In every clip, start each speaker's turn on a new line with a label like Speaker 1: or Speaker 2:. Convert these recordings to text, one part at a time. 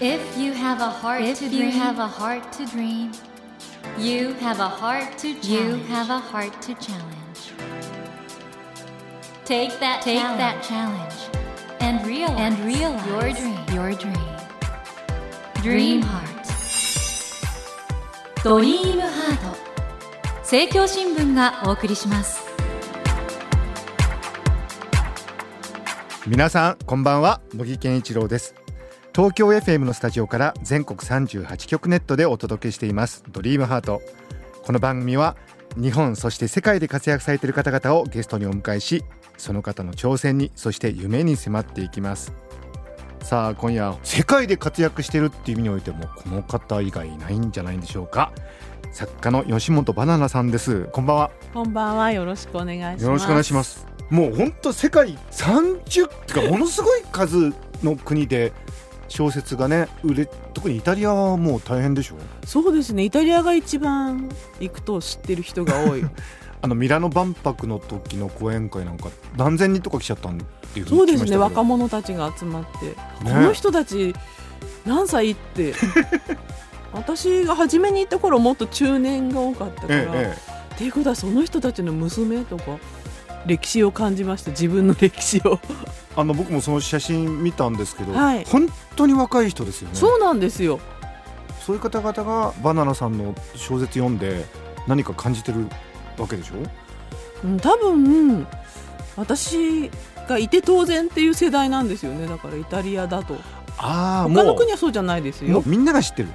Speaker 1: If you have a heart to dream, you have a heart to dream. You have a heart to you have a heart to challenge. Take that take that challenge and real and realize your dream your dream. Dream heart. ドリームハート政教新聞がお送りします。
Speaker 2: 皆さんこんばんは乃木健一郎です東京 FM のスタジオから全国38局ネットでお届けしていますドリームハートこの番組は日本そして世界で活躍されている方々をゲストにお迎えしその方の挑戦にそして夢に迫っていきますさあ今夜世界で活躍しているっていう意味においてもこの方以外いないんじゃないんでしょうか作家の吉本バナナさんですこんばんは
Speaker 3: こんばんは、よろしくお願いします。
Speaker 2: よろしくお願いしま。す。もう本当世界30ってかものすごい数の国で小説がね売れ特にイタリアはもう大変でしょ
Speaker 3: そうですね、イタリアが一番行くと知ってる人が多 い。
Speaker 2: あのミラノ万博の時の講演会なんか何千人とか来ちゃったんっていうふ
Speaker 3: そうで
Speaker 2: に聞きます
Speaker 3: ね、
Speaker 2: したけ
Speaker 3: 若
Speaker 2: ど
Speaker 3: 者たちが集まって、こ
Speaker 2: ね
Speaker 3: の人たち何歳って 私が初めに行った頃もっと中年が多かったから、
Speaker 2: えええ
Speaker 3: っていうことはその人たちの娘とか歴史を感じました自分の歴史を、
Speaker 2: えあの僕もその写真見たんですけど、
Speaker 3: はい
Speaker 2: 本当に若い人ですよね
Speaker 3: そうなんですよ
Speaker 2: そういう方々がバナナさんの小説読んで何か感じてるわけでしょ
Speaker 3: うん多分私がいて当然っていう世代なんですよねだからイタリアだと
Speaker 2: ああ
Speaker 3: 他の
Speaker 2: も
Speaker 3: 国はそうじゃないです
Speaker 2: うも
Speaker 3: よ
Speaker 2: うみんなが知ってる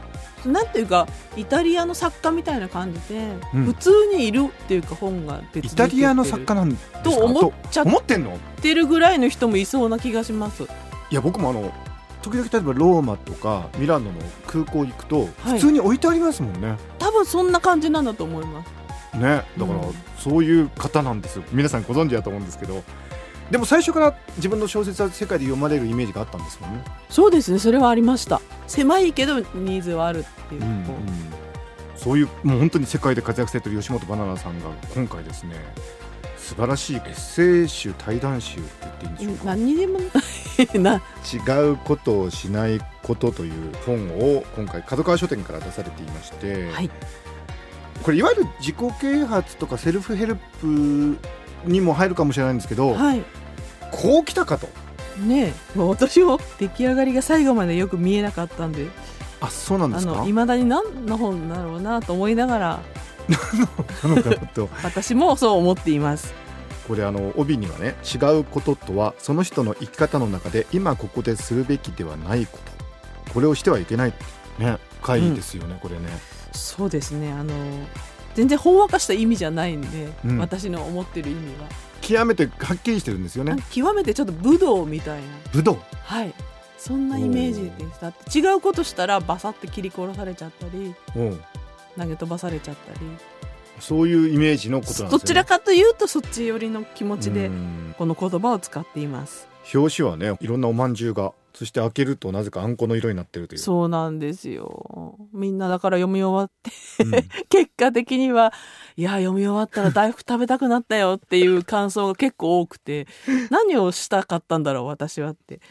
Speaker 3: なんていうかイタリアの作家みたいな感じで、
Speaker 2: うん
Speaker 3: 普通にいるっていうか本が出続けてる
Speaker 2: イタリアの作家なんですか
Speaker 3: と思っちゃっ
Speaker 2: 思ってんの
Speaker 3: てるぐらいの人もいそうな気がします
Speaker 2: いや僕もあの時々例えばローマとかミラノの空港行くと
Speaker 3: はい
Speaker 2: 普通に置いてありますもんね、
Speaker 3: 多分そんな感じなんだと思います
Speaker 2: ねだから
Speaker 3: うん
Speaker 2: そういう方なんですよ皆さんご存知だと思うんですけどでも最初から自分の小説は世界で読まれるイメージがあったんですもんね、
Speaker 3: そうですねそれはありました狭いけどニーズはあるっていう、こう
Speaker 2: そういうもう本当に世界で活躍されてる吉本ばななさんが今回ですね素晴らしいエッセイ集対談集って言っていいんでしょうか
Speaker 3: 何にでも な
Speaker 2: 違うことをしないことという本を今回角川書店から出されていまして、
Speaker 3: はい
Speaker 2: これいわゆる自己啓発とかセルフヘルプにも入るかもしれないんですけど、
Speaker 3: はい
Speaker 2: こう来たかと
Speaker 3: ねえもう私も出来上がりが最後までよく見えなかったんで
Speaker 2: あそうなんで
Speaker 3: あ
Speaker 2: すか
Speaker 3: の未だに何の本だろうなと思いながら
Speaker 2: なのかなと
Speaker 3: 私もそう思っています
Speaker 2: これあの帯にはね違うこととはその人の生き方の中で今ここでするべきではないことこれをしてはいけないね会議ですよね、これね
Speaker 3: そうですねあの全然ほんわかした意味じゃないんで、
Speaker 2: うん
Speaker 3: 私の思ってる意味は、
Speaker 2: 極めてはっきりしてるんですよ
Speaker 3: なん
Speaker 2: ね
Speaker 3: か極めてちょっと武道みたいな
Speaker 2: 武道
Speaker 3: はいそんなイメージでした違うことしたらバサッて切り殺されちゃったり
Speaker 2: うん
Speaker 3: 投げ飛ばされちゃったり、
Speaker 2: そういうイメージのことなんですよね
Speaker 3: どちらかというとそっち寄りの気持ちで
Speaker 2: うん
Speaker 3: この言葉を使っています
Speaker 2: 表紙はねいろんなおまんじゅうがそして開けるとなぜかあんこの色になってるという
Speaker 3: そうなんですよみんなだから読み終わって
Speaker 2: うん、
Speaker 3: 結果的にはいや読み終わったら大福食べたくなったよっていう感想が結構多くて何をしたかったんだろう私はって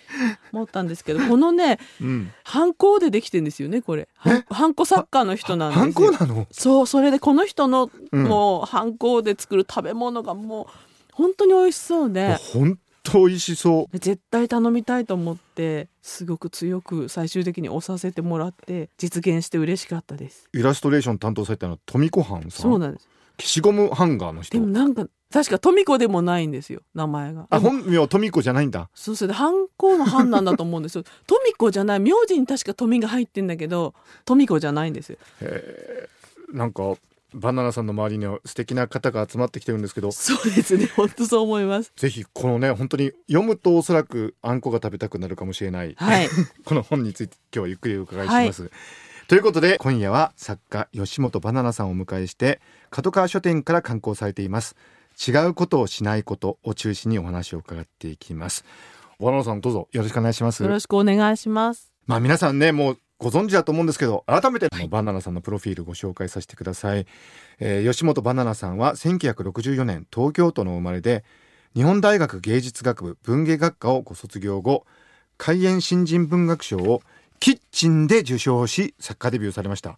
Speaker 3: 思ったんですけどこのね
Speaker 2: うん、
Speaker 3: ハンコでできてんですよねこれはんハンコ作家の人なんですよ
Speaker 2: ハンコなの、
Speaker 3: そうそれでこの人の、
Speaker 2: うん
Speaker 3: もうハンコで作る食べ物がもう本当に美味しそうで
Speaker 2: 本当美味しそ
Speaker 3: 絶対頼みたいと思ってすごく強く最終的に押させてもらって実現して嬉しかったです
Speaker 2: うイラストレーション担当されたのは富子藩さん
Speaker 3: そうなんです
Speaker 2: 消しゴムハンガーの人
Speaker 3: でもなんか確か富子でもないんですよ名前が。
Speaker 2: あ本名は富子じゃないんだ
Speaker 3: そうそれで犯行の判断だと思うんですよ 富子じゃない名字に確か富が入ってんだけど富子じゃないんですよ
Speaker 2: なんかバナナさんの周りには素敵な方が集まってきてるんですけど
Speaker 3: そうですね本当そう思います
Speaker 2: ぜひこのね本当に読むとおそらくあんこが食べたくなるかもしれない、
Speaker 3: はい
Speaker 2: この本について今日はゆっくりお伺いします。ということで今夜は作家吉本ばななさんをお迎えして角川書店から刊行されています違うことをしないことを中心にお話を伺っていきます。ばななさんどうぞよろしくお願いします
Speaker 3: よ。ろしくお願いします
Speaker 2: まあ皆さんねもうご存知だと思うんですけど改めてバナナさんのプロフィールご紹介させてください、えー吉本バナナさんは1964年東京都の生まれで日本大学芸術学部文芸学科をご卒業後開園新人文学賞をキッチンで受賞し作家デビューされました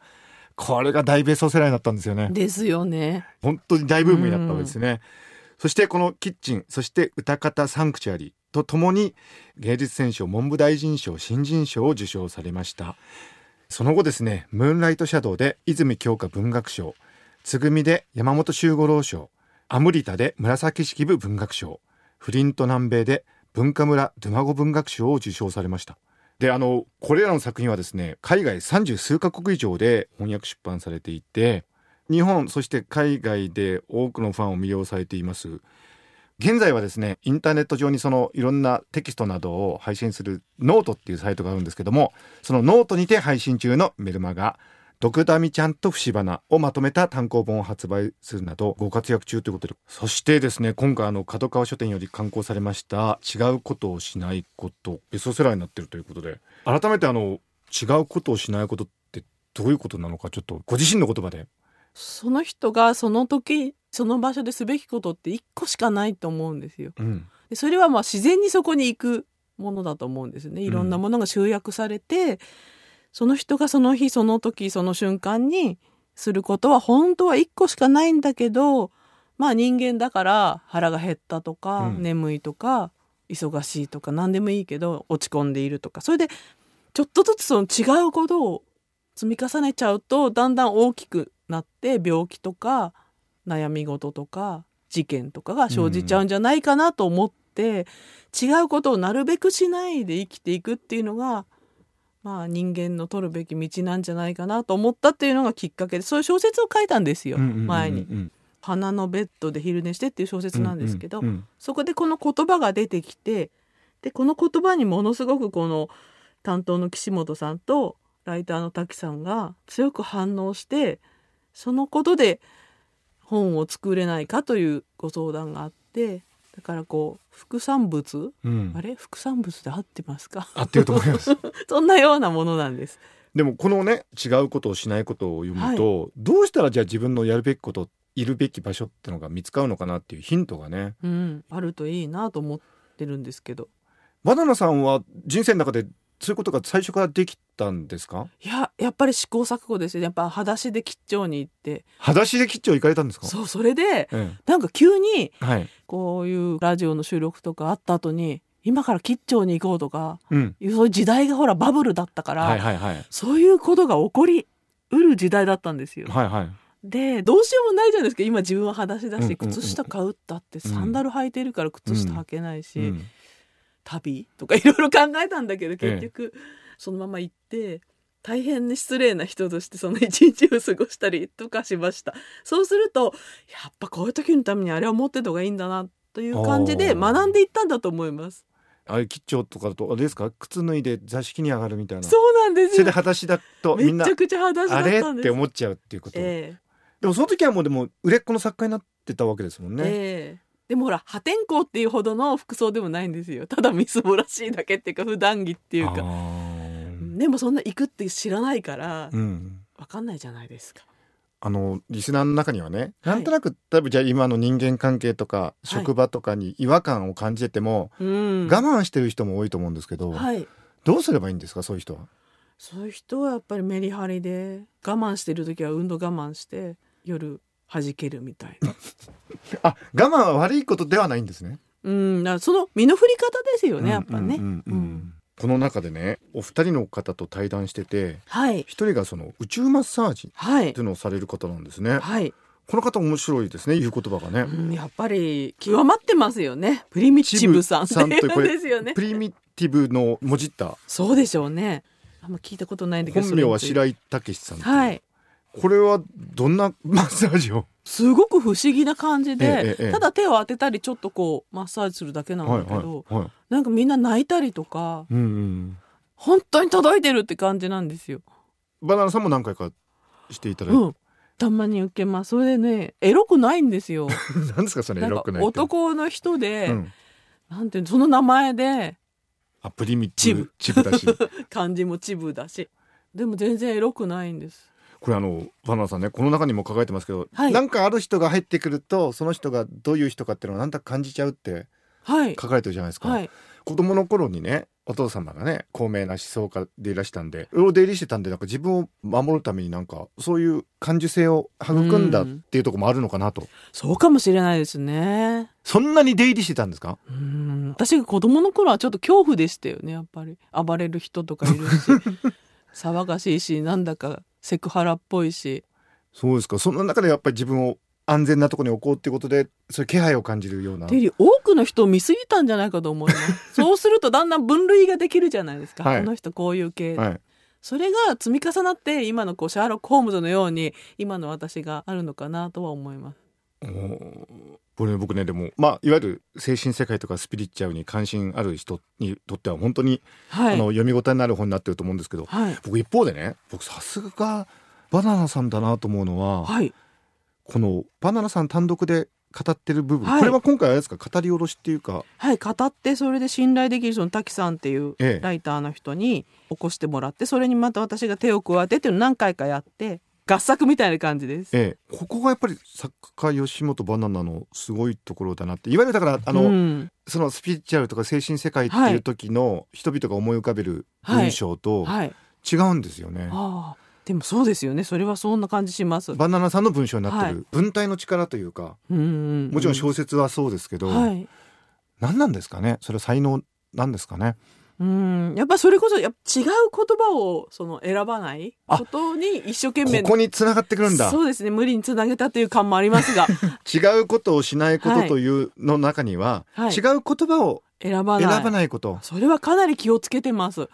Speaker 2: これが大ベストセラーになったんですよね
Speaker 3: ですよね。
Speaker 2: 本当に大ブームになったわけですね、そしてこの「キッチン」そして「歌方サンクチュアリ」とともに芸術選奨文部大臣賞新人賞を受賞されましたその後ですね「ムーンライト・シャドウ」で泉鏡花文学賞「つぐみ」で山本周五郎賞「アムリタ」で紫式部文学賞「フリント南米」で文化村ドゥマゴ文学賞を受賞されましたであのこれらの作品はですね海外三十数カ国以上で翻訳出版されていて日本そして海外で多くのファンを魅了されています現在はですねインターネット上にそのいろんなテキストなどを配信するノートっていうサイトがあるんですけどもそのノートにて配信中のメルマガ「ドクダミちゃんと節花」をまとめた単行本を発売するなどご活躍中ということでそしてですね今回あの角川書店より刊行されました「違うことをしないこと」ベストセラーになってるということで改めてあの「違うことをしないこと」ってどういうことなのかちょっとご自身の言葉で
Speaker 3: その人がその時その場所ですべきことって一個しかないと思うんですよ。
Speaker 2: うん
Speaker 3: でそれはまあ自然にそこに行くものだと思うんですねいろんなものが集約されて、その人がその日その時その瞬間にすることは本当は1個しかないんだけどまあ人間だから腹が減ったとか、
Speaker 2: うん
Speaker 3: 眠いとか忙しいとか何でもいいけど落ち込んでいるとかそれでちょっとずつその違うことを積み重ねちゃうとだんだん大きくなって病気とか悩み事とか事件とかが生じちゃうんじゃないかなと思って、違うことをなるべくしないで生きていくっていうのがまあ人間の取るべき道なんじゃないかなと思ったっていうのがきっかけでそういう小説を書いたんですよ、
Speaker 2: うんうんうんうん
Speaker 3: 前に
Speaker 2: う。ん
Speaker 3: 花のベッドで昼寝してっていう小説なんですけど、
Speaker 2: うんうん
Speaker 3: そこでこの言葉が出てきてでこの言葉にものすごくこの担当の岸本さんとライターの滝さんが強く反応してそのことで本を作れないかというご相談があってだからこう副産物
Speaker 2: うん
Speaker 3: あれ副産物で合ってますか
Speaker 2: 合ってると思います
Speaker 3: そんなようなものなんです。
Speaker 2: でもこのね違うことをしないことを読むと、どうしたらじゃあ自分のやるべきこといるべき場所ってのが見つかるのかなっていうヒントがね
Speaker 3: うん、あるといいなと思ってるんですけど
Speaker 2: バナナさんは人生の中でそういうことが最初からできたんですか
Speaker 3: いややっぱり試行錯誤ですよねやっぱ裸足で吉兆に行って
Speaker 2: 裸足で吉兆行かれたんですか
Speaker 3: そうそれで
Speaker 2: え
Speaker 3: なんか急に
Speaker 2: えはい、
Speaker 3: こういうラジオの収録とかあった後に今から吉兆に行こうとか
Speaker 2: うん、
Speaker 3: そういう時代がほらバブルだったから、
Speaker 2: はいはいはい
Speaker 3: そういうことが起こりうる時代だったんですよ。
Speaker 2: はいはい
Speaker 3: でどうしようもないじゃないですか今自分は裸足だ
Speaker 2: うんうん
Speaker 3: し
Speaker 2: うん
Speaker 3: 靴下買うったってサンダル履いてるから靴下履けないし、
Speaker 2: うん
Speaker 3: 旅とかいろいろ考えたんだけど
Speaker 2: ええ
Speaker 3: 結局そのまま行って大変に失礼な人としてその一日を過ごしたりとかしましたそうするとやっぱこういう時のためにあれを持ってた方がいいんだなという感じで
Speaker 2: おー
Speaker 3: 学んでいったんだと思います
Speaker 2: あれ吉兆とかだとあれですか靴脱いで座敷に上がるみたいな
Speaker 3: そうなんです
Speaker 2: それで
Speaker 3: よ
Speaker 2: 裸足だとみん
Speaker 3: め
Speaker 2: な
Speaker 3: ちゃくちゃ裸足だ
Speaker 2: あ
Speaker 3: っ
Speaker 2: れ
Speaker 3: たん
Speaker 2: っ
Speaker 3: です
Speaker 2: て思っちゃうっていうこと、
Speaker 3: ええ
Speaker 2: でもその時はもうでも売れっ子の作家になってたわけですもんね、
Speaker 3: ええでもほら破天荒っていうほどの服装でもないんですよただみすぼらしいだけっていうか普段着っていう
Speaker 2: あ
Speaker 3: か
Speaker 2: ー
Speaker 3: でもそんな行くって知らないから
Speaker 2: うん
Speaker 3: わかんないじゃないですか
Speaker 2: あのリスナーの中にはね、
Speaker 3: はい
Speaker 2: なんとなく多分じゃあ今の人間関係とか
Speaker 3: い
Speaker 2: 職場とかに違和感を感じてても、
Speaker 3: うん
Speaker 2: 我慢してる人も多いと思うんですけど、
Speaker 3: はい
Speaker 2: どうすればいいんですかそういう人は。
Speaker 3: そういう人はやっぱりメリハリで我慢してる時は運動我慢して夜弾けるみた いな。
Speaker 2: あ我慢は悪いことではないんですね。
Speaker 3: うん、だからその身の振り方ですよね、やっぱね。
Speaker 2: うんうんうんうん
Speaker 3: うん
Speaker 2: この中でねお二人の方と対談してて
Speaker 3: はい、
Speaker 2: 一人がその宇宙マッサージ
Speaker 3: は
Speaker 2: っ
Speaker 3: い
Speaker 2: てい、うのをされる方なんですね。
Speaker 3: はい、
Speaker 2: この方面白いですね言う言葉が
Speaker 3: う
Speaker 2: ね。
Speaker 3: ん、やっぱり極まってますよね。プリミチブさんってい
Speaker 2: チブさんってこ
Speaker 3: うん
Speaker 2: れ
Speaker 3: ですよね
Speaker 2: プ。リミティブのもじった
Speaker 3: そうでしょうね。あんま聞いたことないんだけど。
Speaker 2: 本名は
Speaker 3: それに
Speaker 2: 白井武さん
Speaker 3: つい
Speaker 2: って
Speaker 3: て
Speaker 2: いう
Speaker 3: はい、
Speaker 2: これはどんなマッサージを
Speaker 3: すごく不思議な感じで、
Speaker 2: ええええ
Speaker 3: ただ手を当てたりちょっとこうマッサージするだけなんだけど、
Speaker 2: はいはい
Speaker 3: なんかみんな泣いたりとか
Speaker 2: うんうん、
Speaker 3: 本当に届いてるって感じなんですよ。
Speaker 2: バナナさんも何回かしていただいて、
Speaker 3: うん。たまに受けます。それでね、エロくないんです よ。
Speaker 2: なんですかそれ
Speaker 3: な
Speaker 2: エ
Speaker 3: ん
Speaker 2: ロ
Speaker 3: か
Speaker 2: くないって
Speaker 3: 男の人で、
Speaker 2: うん、
Speaker 3: なんていうのその名前で、
Speaker 2: あプリミテ
Speaker 3: チ
Speaker 2: ィブ
Speaker 3: ブ
Speaker 2: チブだし
Speaker 3: 漢字もチブだし。でも全然エロくないんです。
Speaker 2: これあのバナナさんねこの中にも書かれてますけど、
Speaker 3: はい
Speaker 2: なんかある人が入ってくるとその人がどういう人かっていうのをなんだか感じちゃうって
Speaker 3: はい。
Speaker 2: 書かれてるじゃないですか、
Speaker 3: はい。
Speaker 2: 子供の頃にねお父様がね高名な思想家でいらしたんでうろ出入りしてたんでなんか自分を守るためになんかそういう感受性を育んだっていうところもあるのかなと、
Speaker 3: そうかもしれないですね。
Speaker 2: そんなに出入りしてたんですか
Speaker 3: うん私が子供の頃はちょっと恐怖でしたよねやっぱり暴れる人とかいる し騒がしいしなんだかセクハラっぽいし
Speaker 2: そうですかその中でやっぱり自分を安全なところに置こうっていうことでそういう気配を感じるような
Speaker 3: っていうより多くの人を見過ぎたんじゃないかと思いますそうするとだんだん分類ができるじゃないですか、
Speaker 2: はい
Speaker 3: この人こういう系、
Speaker 2: はい、
Speaker 3: それが積み重なって今のこうシャーロック・ホームズのように今の私があるのかなとは思います
Speaker 2: おーこれ僕ねでもまあいわゆる精神世界とかスピリチュアルに関心ある人にとっては本当に、
Speaker 3: は
Speaker 2: あ
Speaker 3: い
Speaker 2: の読み応えになる本になってると思うんですけど
Speaker 3: はい
Speaker 2: 僕一方でね僕さすがバナナさんだなと思うのは、
Speaker 3: はい
Speaker 2: このバナナさん単独で語ってる部分、
Speaker 3: はい
Speaker 2: これは今回あれですか語り下ろしっていうか
Speaker 3: はい語ってそれで信頼できる人の滝さんっていう
Speaker 2: ええ
Speaker 3: ライターの人に起こしてもらってそれにまた私が手を加えてっていうのを何回かやって合作みたいな感じです。
Speaker 2: ええ、ここがやっぱり作家吉本バナナのすごいところだなっていわゆるだからあの、
Speaker 3: うん
Speaker 2: そのスピリチュアルとか精神世界っていう時の人々が思い浮かべる文章と
Speaker 3: はい、
Speaker 2: 違うんですよね。
Speaker 3: ああでもそうですよねそれはそんな感じします。
Speaker 2: バナナさんの文章になって
Speaker 3: は
Speaker 2: る文体の力というかも
Speaker 3: も
Speaker 2: ちろん小説はそうですけど、
Speaker 3: はい
Speaker 2: 何なんですかねそれは才能なんですかね
Speaker 3: うんやっぱそれこそやっぱ違う言葉をその選ばないことに一生懸
Speaker 2: こ
Speaker 3: 命
Speaker 2: こに繋がってくるんだ
Speaker 3: そうですね無理につなげたという感もあります が
Speaker 2: 違うことをしないことというの中には、
Speaker 3: はい
Speaker 2: 違う言葉を
Speaker 3: 選ば
Speaker 2: 選
Speaker 3: ない
Speaker 2: ばないこと、
Speaker 3: それはかなり気をつけてます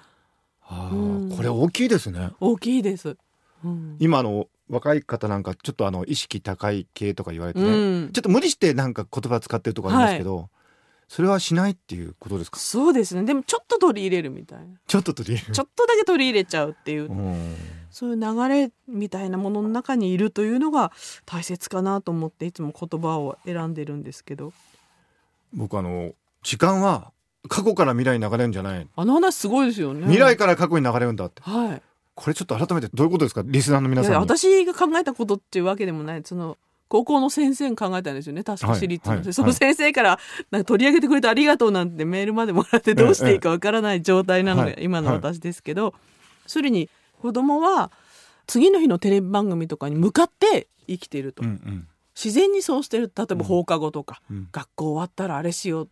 Speaker 2: あ
Speaker 3: うん
Speaker 2: ーこれ大きいですね
Speaker 3: 大きいです。うん
Speaker 2: 今あの若い方なんかちょっとあの意識高い系とか言われてね、
Speaker 3: うん
Speaker 2: ちょっと無理してなんか言葉使ってるとこありますけど、それはしないっていうことですか
Speaker 3: そうですねでもちょっと取り入れるみたいな
Speaker 2: ちょっととりあえず
Speaker 3: ちょっとだけ取り入れちゃうっていう、
Speaker 2: うん
Speaker 3: そういう流れみたいなものの中にいるというのが大切かなと思っていつも言葉を選んでるんですけど
Speaker 2: 僕あの時間は過去から未来に流れるんじゃない、
Speaker 3: あの話すごいですよね
Speaker 2: 未来から過去に流れるんだって
Speaker 3: はい
Speaker 2: これちょっと改めてどういうことですかリスナーの皆
Speaker 3: い
Speaker 2: さんに
Speaker 3: や私が考えたことっていうわけでもないその高校の先生に考えたんですよね確か私立の、
Speaker 2: はいはい
Speaker 3: その先生からなんか取り上げてくれてありがとうなんてメールまでもらってどうしていいかわからない状態なの
Speaker 2: え
Speaker 3: が
Speaker 2: え
Speaker 3: 今の私ですけど、それに子供は次の日のテレビ番組とかに向かって生きていると、
Speaker 2: うんうん
Speaker 3: 自然にそうしてる例えば放課後とか、
Speaker 2: うん
Speaker 3: 学校終わったらあれしよう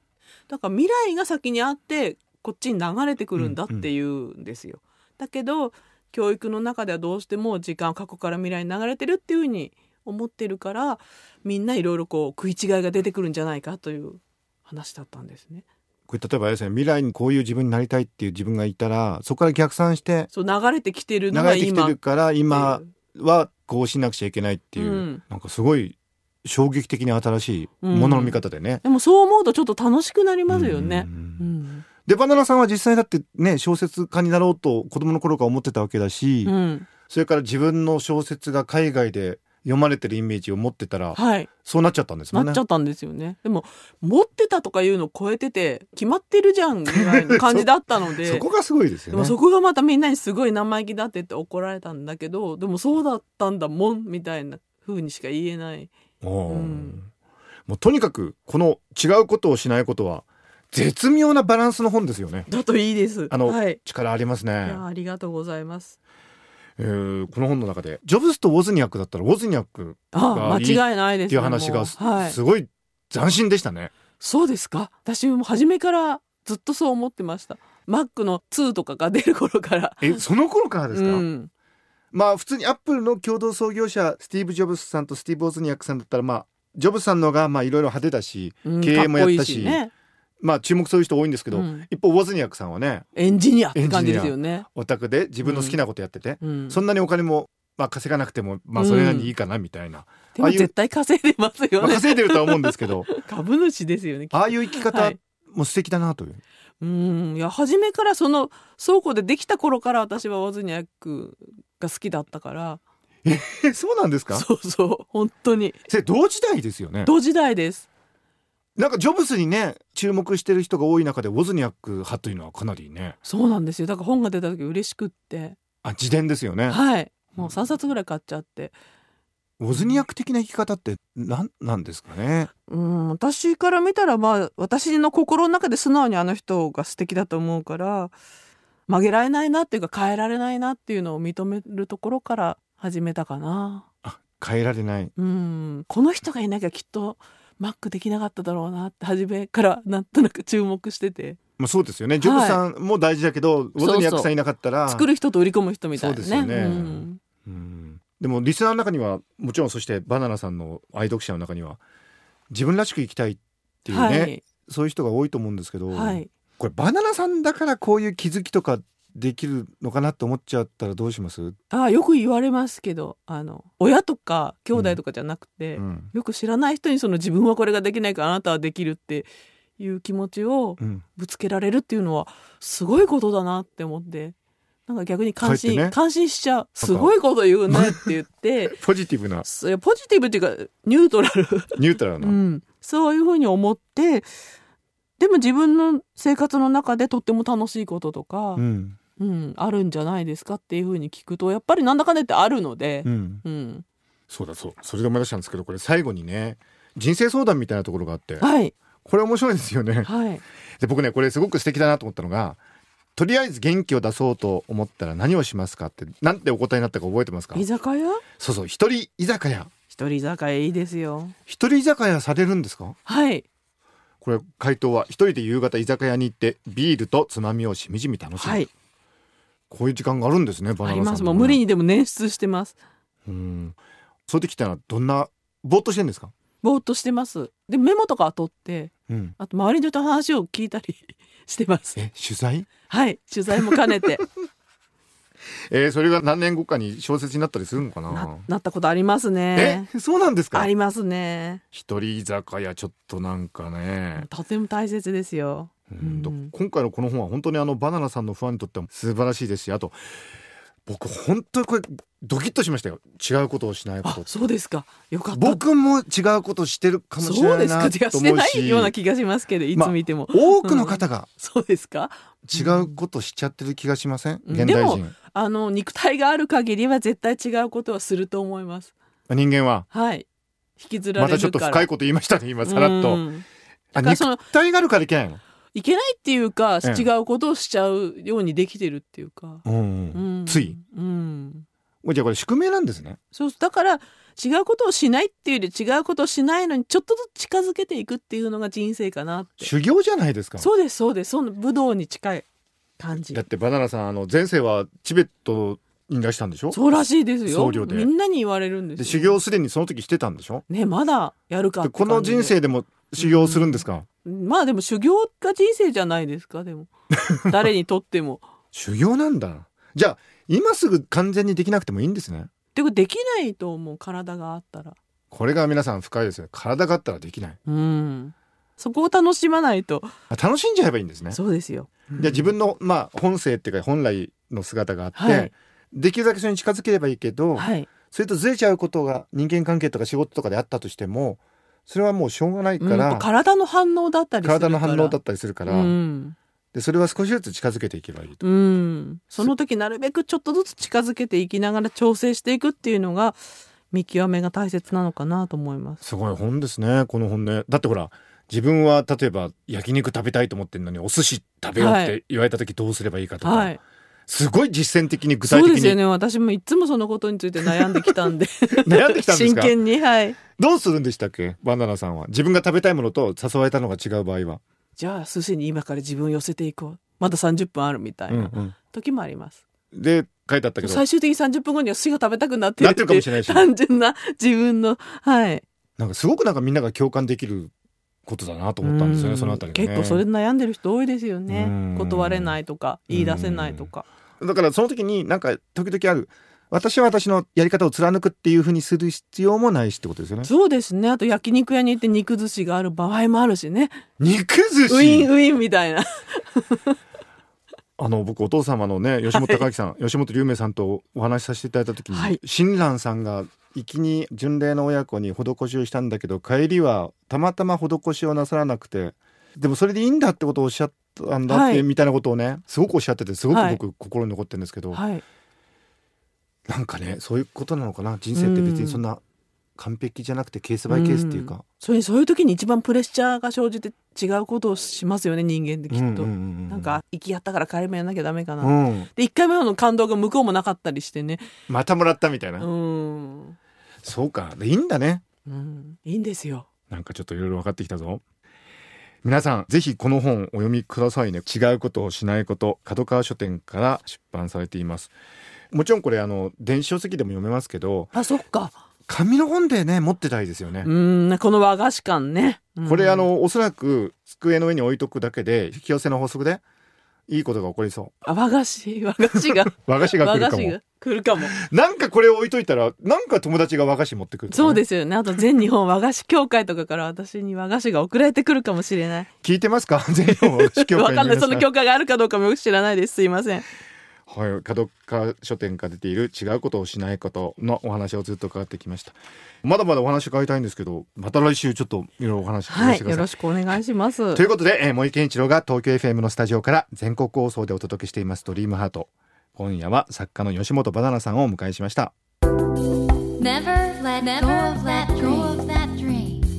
Speaker 3: だから未来が先にあってこっちに流れてくるんだっていうんですよ。だけど教育の中ではどうしても時間過去から未来に流れてるっていうふうに思ってるからみんないろいろこう食い違いが出てくるんじゃないかという話だったんですね。
Speaker 2: これ例えばあれですね未来にこういう自分になりたいっていう自分がいたらそこから逆算して
Speaker 3: そう流れてきてる
Speaker 2: 流
Speaker 3: のが
Speaker 2: れてき
Speaker 3: 今
Speaker 2: てるから今
Speaker 3: っていう
Speaker 2: はこうしなくちゃいけないっていう、
Speaker 3: うん
Speaker 2: なんかすごい衝撃的に新しいものの見方でね。
Speaker 3: でもそう思うとちょっと楽しくなりますよね
Speaker 2: うん。う
Speaker 3: う
Speaker 2: んうん
Speaker 3: ん
Speaker 2: でバナナさんは実際だってね小説家になろうと子供の頃から思ってたわけだし、
Speaker 3: うん
Speaker 2: それから自分の小説が海外で読まれてるイメージを持ってたら
Speaker 3: はい
Speaker 2: そうなっちゃったんですもん
Speaker 3: なっ
Speaker 2: ね。
Speaker 3: ちゃったんですよね。でも持ってたとかいうのを超えてて決まってるじゃんぐらい の感じだったので
Speaker 2: そこがすごいです
Speaker 3: で
Speaker 2: よ
Speaker 3: も
Speaker 2: ね。
Speaker 3: そこがまたみんなにすごい生意気だってって怒られたんだけどでもそうだったんだもんみたいな風にしか言えない
Speaker 2: おー
Speaker 3: うん
Speaker 2: もうとにかくこの違うことをしないことは絶妙なバランスの本ですよね。
Speaker 3: だといいです。
Speaker 2: あの、
Speaker 3: はい
Speaker 2: 力あります
Speaker 3: い
Speaker 2: ね。
Speaker 3: やありがとうございます。
Speaker 2: えーこの本の中でジョブズとウォズニャックだったらウォズニャック
Speaker 3: あ
Speaker 2: がいい
Speaker 3: 間違いないですね。
Speaker 2: っていう話
Speaker 3: も
Speaker 2: が
Speaker 3: う
Speaker 2: す,、
Speaker 3: はい。
Speaker 2: ごい斬新でしたね。
Speaker 3: そうですか。私も初めからずっとそう思ってました。マックの2とかが出る頃から。
Speaker 2: えその頃からですか、
Speaker 3: うん。
Speaker 2: まあ普通にアップルの共同創業者スティーブ・ジョブズさんとスティーブ・ウォズニャックさんだったらまあジョブズさんの方がまあいろいろ派手だし、
Speaker 3: うん
Speaker 2: 経営もやった
Speaker 3: か
Speaker 2: し
Speaker 3: っこいいね、
Speaker 2: まあ注目する人多いんですけど、
Speaker 3: うん
Speaker 2: 一方ウォズニャックさんはね
Speaker 3: エンジニアって感じですよね。
Speaker 2: オタクで自分の好きなことやってて、
Speaker 3: うん
Speaker 2: そんなにお金もまあ稼がなくてもまあそれなりにいいかなみたいな、
Speaker 3: で
Speaker 2: ああ
Speaker 3: も
Speaker 2: いう
Speaker 3: 絶対稼いでますよ
Speaker 2: まあ
Speaker 3: ね。
Speaker 2: 稼いでるとは思うんですけど
Speaker 3: 株主ですよね。
Speaker 2: ああいう生き
Speaker 3: は
Speaker 2: 方
Speaker 3: い
Speaker 2: も素敵だなという、
Speaker 3: うん、いや初めからその倉庫でできた頃から私はワズニャックが好きだったから、
Speaker 2: えそうなんですか
Speaker 3: そうそう本当に
Speaker 2: それ同時代ですよね
Speaker 3: 同時代です。
Speaker 2: なんかジョブスにね注目してる人が多い中でウォズニャック派というのはかなりね
Speaker 3: そうなんですよ。だから本が出た時嬉しくって、
Speaker 2: あ自伝ですよね
Speaker 3: はい、もう三冊ぐらい買っちゃって、
Speaker 2: ウォズニアク的な生き方って何なんですかね。
Speaker 3: うん、私から見たらまあ私の心の中で素直にあの人が素敵だと思うから曲げられないなっていうか変えられないなっていうのを認めるところから始めたかな。
Speaker 2: あ変えられない。
Speaker 3: うん、この人がいなきゃきっとマックできなかっただろうなって初めからなんとなく注目してて
Speaker 2: まあそうですよね。ジョブさんも大事だけど、ウォズニアクさんいなかったら。
Speaker 3: 作る人と売り込む人みたいなね。
Speaker 2: そうですよね
Speaker 3: うん
Speaker 2: うんでもリスナーの中にはもちろんそしてバナナさんの愛読者の中には自分らしく生きたいっていうね、
Speaker 3: はい、
Speaker 2: そういう人が多いと思うんですけど、
Speaker 3: はい、
Speaker 2: これバナナさんだからこういう気づきとかできるのかなって思っちゃったらどうします、
Speaker 3: あよく言われますけどあの親とか兄弟とかじゃなくて、
Speaker 2: うん
Speaker 3: よく知らない人にその自分はこれができないからあなたはできるっていう気持ちを
Speaker 2: うん、
Speaker 3: ぶつけられるっていうのはすごいことだなって思ってなんか逆に感
Speaker 2: 帰っ
Speaker 3: 心、
Speaker 2: てね
Speaker 3: 感心しちゃうすごいこと言うねって言って
Speaker 2: ポジティブな
Speaker 3: そうポジティブっていうかニュートラル、
Speaker 2: ニュートラル
Speaker 3: う
Speaker 2: な、
Speaker 3: ん、そういうふうに思ってでも自分の生活の中でとっても楽しいこととか
Speaker 2: う、ん
Speaker 3: うん、あるんじゃないですかっていうふうに聞くとやっぱりなんだかんだ言ってあるので
Speaker 2: う、ん、
Speaker 3: うん
Speaker 2: そうだそうそれで思い出したんですけどこれ最後にね人生相談みたいなところがあって
Speaker 3: はい
Speaker 2: これ面白いですよね。
Speaker 3: はい
Speaker 2: で僕ねこれすごく素敵だなと思ったのがとりあえず元気を出そうと思ったら何をしますかってなんてお答えになったか覚えてますか
Speaker 3: 居酒屋
Speaker 2: そうそう一人居酒屋
Speaker 3: 一人酒屋いいですよ
Speaker 2: 一人居酒屋されるんですか
Speaker 3: はい
Speaker 2: これ回答は一人で夕方居酒屋に行ってビールとつまみをしみじみ楽しむ、
Speaker 3: はい
Speaker 2: こういう時間があるんですねバ
Speaker 3: あ
Speaker 2: ナナさん
Speaker 3: りますも
Speaker 2: の
Speaker 3: う
Speaker 2: ね
Speaker 3: 無理にでも捻出してます
Speaker 2: うんそうできたらどんなぼーっとしてんですか
Speaker 3: ぼーっとしてますでメモとかは取って
Speaker 2: うん
Speaker 3: あと周りの人の話を聞いたり してます
Speaker 2: え取材、
Speaker 3: はい取材も兼ね て
Speaker 2: えーそれが何年後かに小説になったりするのかな
Speaker 3: ななったことあります
Speaker 2: え
Speaker 3: ね
Speaker 2: そうなんですか
Speaker 3: ありますね
Speaker 2: 一人居酒屋ちょっとなんかね、
Speaker 3: とても大切ですよ
Speaker 2: うん
Speaker 3: うん
Speaker 2: 今回のこの本は本当にあのバナナさんのファンにとっても素晴らしいですしあと僕本当にこれドキッとしましたよ違うことをしないこ
Speaker 3: あ
Speaker 2: と
Speaker 3: そうですかよかった
Speaker 2: 僕も違うことしてるかもしれ
Speaker 3: そう
Speaker 2: ない
Speaker 3: ですか
Speaker 2: な
Speaker 3: じゃあ
Speaker 2: と
Speaker 3: して
Speaker 2: 思う
Speaker 3: ないような
Speaker 2: し
Speaker 3: 気がしますけどいつ見ても、
Speaker 2: 多くの方が
Speaker 3: そうですか
Speaker 2: 違うことしちゃってる気がしません、
Speaker 3: うん
Speaker 2: 現
Speaker 3: で
Speaker 2: 代人
Speaker 3: あの肉体がある限りは絶対違うことはすると思います
Speaker 2: 人間は
Speaker 3: はい引きずら
Speaker 2: ま
Speaker 3: れるから
Speaker 2: たちょっと深いこと言いましたね今さらっと、
Speaker 3: うんだ
Speaker 2: あ
Speaker 3: からその
Speaker 2: 肉体があるからいけないの、
Speaker 3: いけないっていうか、
Speaker 2: ええ
Speaker 3: 違うことをしちゃうようにできてるっていうか、
Speaker 2: うんうん
Speaker 3: うん
Speaker 2: つい、
Speaker 3: うん、
Speaker 2: じゃあこれ宿命なんですね
Speaker 3: そうだから違うことをしないっていうより違うことをしないのにちょっとずつ近づけていくっていうのが人生かなって
Speaker 2: 修行じゃないですか
Speaker 3: そうですそうですその武道に近い感じ
Speaker 2: だってバナナさんあの前世はチベットにいらしたんでしょ
Speaker 3: そうらしいです
Speaker 2: 僧
Speaker 3: よ
Speaker 2: 侶で
Speaker 3: みんなに言われるんですよ
Speaker 2: で修行すでにその時してたんでしょ
Speaker 3: ねまだやるかっ
Speaker 2: で
Speaker 3: て
Speaker 2: この
Speaker 3: 感じで
Speaker 2: 人生でも修行するんですか、
Speaker 3: まあでも修行が人生じゃないですかで も誰にとっても
Speaker 2: 修行なんだじゃあ今すぐ完全にできなくてもいいんですね
Speaker 3: でもできないと思う体があったら
Speaker 2: これが皆さん深いですよ体があったらできない
Speaker 3: うんそこを楽しまないと
Speaker 2: あ楽しんじゃえばいいんですねじゃ
Speaker 3: そうですよ。
Speaker 2: あ自分のまあ本性っていうか本来の姿があって、
Speaker 3: はい
Speaker 2: できるだけそれに近づければいいけど、
Speaker 3: はい。
Speaker 2: それとずれちゃうことが人間関係とか仕事とかであったとしてもそれはもうしょうがない
Speaker 3: うん
Speaker 2: か
Speaker 3: や
Speaker 2: ら、
Speaker 3: っぱ体の反応だったりするから。
Speaker 2: 体の反応だったりするから、
Speaker 3: うん。
Speaker 2: でそれは少しずつ近づけていけばいいと、
Speaker 3: うん。その時なるべくちょっとずつ近づけていきながら調整していくっていうのが見極めが大切なのかなと思います。
Speaker 2: すごい本ですねこの本ねだってほら自分は例えば焼肉食べたいと思ってるのにお寿司食べようっ
Speaker 3: は
Speaker 2: て言われた時どうすればいいかとか、
Speaker 3: はい。
Speaker 2: すごい実践的に具体
Speaker 3: そう
Speaker 2: 的
Speaker 3: ですよ
Speaker 2: に
Speaker 3: ね。私もいつもそのことについて悩んできたんで。
Speaker 2: 悩んできたんです
Speaker 3: 真
Speaker 2: か
Speaker 3: 剣に。はい。
Speaker 2: どうするんでしたっけバナナさんは自分が食べたいものと誘われたのが違う場合は、
Speaker 3: じゃあ、寿司に今から自分を寄せていこう。まだ30分あるみたい
Speaker 2: うんう
Speaker 3: なん時もあります。
Speaker 2: で書いてあったけど
Speaker 3: 最終的に30分後には寿司が食べたくなってる
Speaker 2: なってるかもしれないし
Speaker 3: 単純な自分の、はい。
Speaker 2: なんかすごくなんかみんなが共感できることだなと思ったんですよ
Speaker 3: う
Speaker 2: ねそのあたりがね
Speaker 3: 結構それで悩んでる人多いですよ
Speaker 2: うん
Speaker 3: ね断れないとか言い出せないとか
Speaker 2: だからその時になんか時々ある私は私のやり方を貫くっていうふうにする必要もないしってことですよね
Speaker 3: そうですねあと焼肉屋に行って肉寿司がある場合もあるしね
Speaker 2: 肉寿
Speaker 3: ウィン
Speaker 2: 司
Speaker 3: ウィンみたいな
Speaker 2: あの僕お父様のね吉本隆明さん、吉本龍明さんとお話しさせていただいた時に、
Speaker 3: はい
Speaker 2: 親鸞さんが粋に巡礼の親子に施しをしたんだけど帰りはたまたま施しをなさらなくてでもそれでいいんだってことをおっしゃったんだって、
Speaker 3: はい
Speaker 2: みたいなことをねすごくおっしゃっててすごく
Speaker 3: はい
Speaker 2: 僕心に残ってるんですけど、
Speaker 3: はい
Speaker 2: なんかねそういうことなのかな人生って別にそんな完璧じゃなくてケースバイケースっていうか、
Speaker 3: それにそういう時に一番プレッシャーが生じて違うことをしますよね人間ってきっと、
Speaker 2: な
Speaker 3: なん、か行きやったから帰りもやんなきゃダメかな、
Speaker 2: うん、
Speaker 3: で1回目の感動が向こうもなかったりしてね
Speaker 2: またもらったみたいな、
Speaker 3: うん、
Speaker 2: そうかでいいんだね
Speaker 3: うん、いいんですよ
Speaker 2: なんかちょっといろいろ分かってきたぞ皆さんぜひこの本お読みくださいね違うことをしないこと角川書店から出版されていますもちろんこれあの電子書籍でも読めますけど
Speaker 3: あそっか
Speaker 2: 紙の本でね持ってたいですよね、
Speaker 3: うんこの和菓子感ね、うん
Speaker 2: これあのおそらく机の上に置いとくだけで引き寄せの法則でいいことが起こりそ
Speaker 3: あ和菓子和菓子が
Speaker 2: う和菓子 が来
Speaker 3: 和菓
Speaker 2: るか
Speaker 3: 子
Speaker 2: も
Speaker 3: が来るかも
Speaker 2: なんかこれを置いといたらなんか友達が和菓子持ってくるとかね、
Speaker 3: そうですよねあと全日本和菓子協会とかから私に和菓子が送られてくるかもしれない
Speaker 2: 聞いてますか 全日本和菓子協
Speaker 3: わ
Speaker 2: 会の
Speaker 3: かんないそ
Speaker 2: 皆さん
Speaker 3: の協会があるかどうかもよく知らないですすいません
Speaker 2: はい、角川書店から出ている違うことをしないことのお話をずっと伺ってきました。まだまだお話伺いたいんですけど、また来週ちょっといろいろお話聞か
Speaker 3: は
Speaker 2: せ
Speaker 3: い
Speaker 2: てくだ
Speaker 3: よ
Speaker 2: さい。
Speaker 3: ろしくお願いします
Speaker 2: ということで、えー森健一郎が東京 FM のスタジオから全国放送でお届けしていますドリームハート。今夜は作家の吉本バナナさんをお迎えしました。
Speaker 1: Never let go of that dream.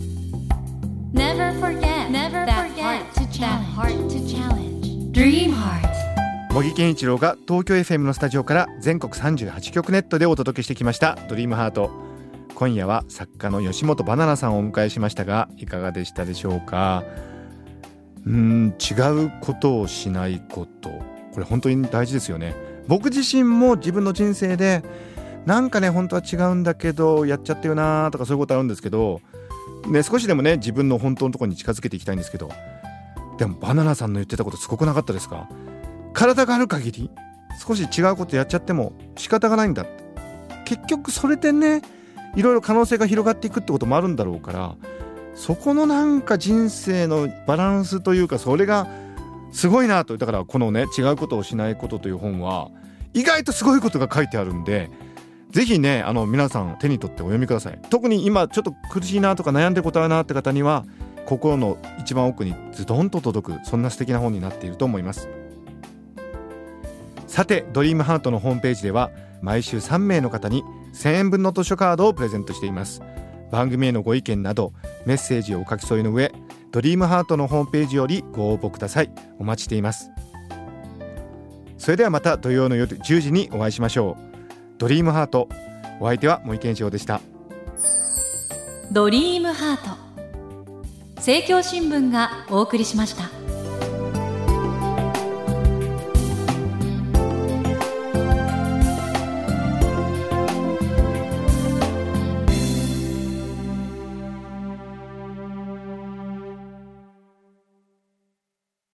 Speaker 1: Never forget, never that forget heart to challenge. That heart to challenge. Dream heart.
Speaker 2: 茂木健一郎が東京 FM のスタジオから全国38局ネットでお届けしてきました「ドリームハート今夜は作家の吉本ばななさんをお迎えしましたがいかがでしたでしょうかうーん違うことをしないことこれ本当に大事ですよね僕自身も自分の人生でなんかね本当は違うんだけどやっちゃったよなとかそういうことあるんですけど、ね、少しでもね自分の本当のところに近づけていきたいんですけどでもバナナさんの言ってたことすごくなかったですか体がある限り少し違うことやっちゃっても仕方がないんだ結局それでねいろいろ可能性が広がっていくってこともあるんだろうからそこのなんか人生のバランスというかそれがすごいなとだからこのね「違うことをしないこと」という本は意外とすごいことが書いてあるんでぜひねあの皆さん手に取ってお読みください特に今ちょっと苦しいなとか悩んでることあるなって方には心の一番奥にズドンと届くそんな素敵な本になっていると思いますさてドリームハートのホームページでは毎週3名の方に1000円分の図書カードをプレゼントしています番組へのご意見などメッセージをお書き添えの上ドリームハートのホームページよりご応募くださいお待ちしていますそれではまた土曜の夜10時にお会いしましょうドリームハートお相手は森健一郎でした
Speaker 1: ドリームハート。政教新聞がお送りしました。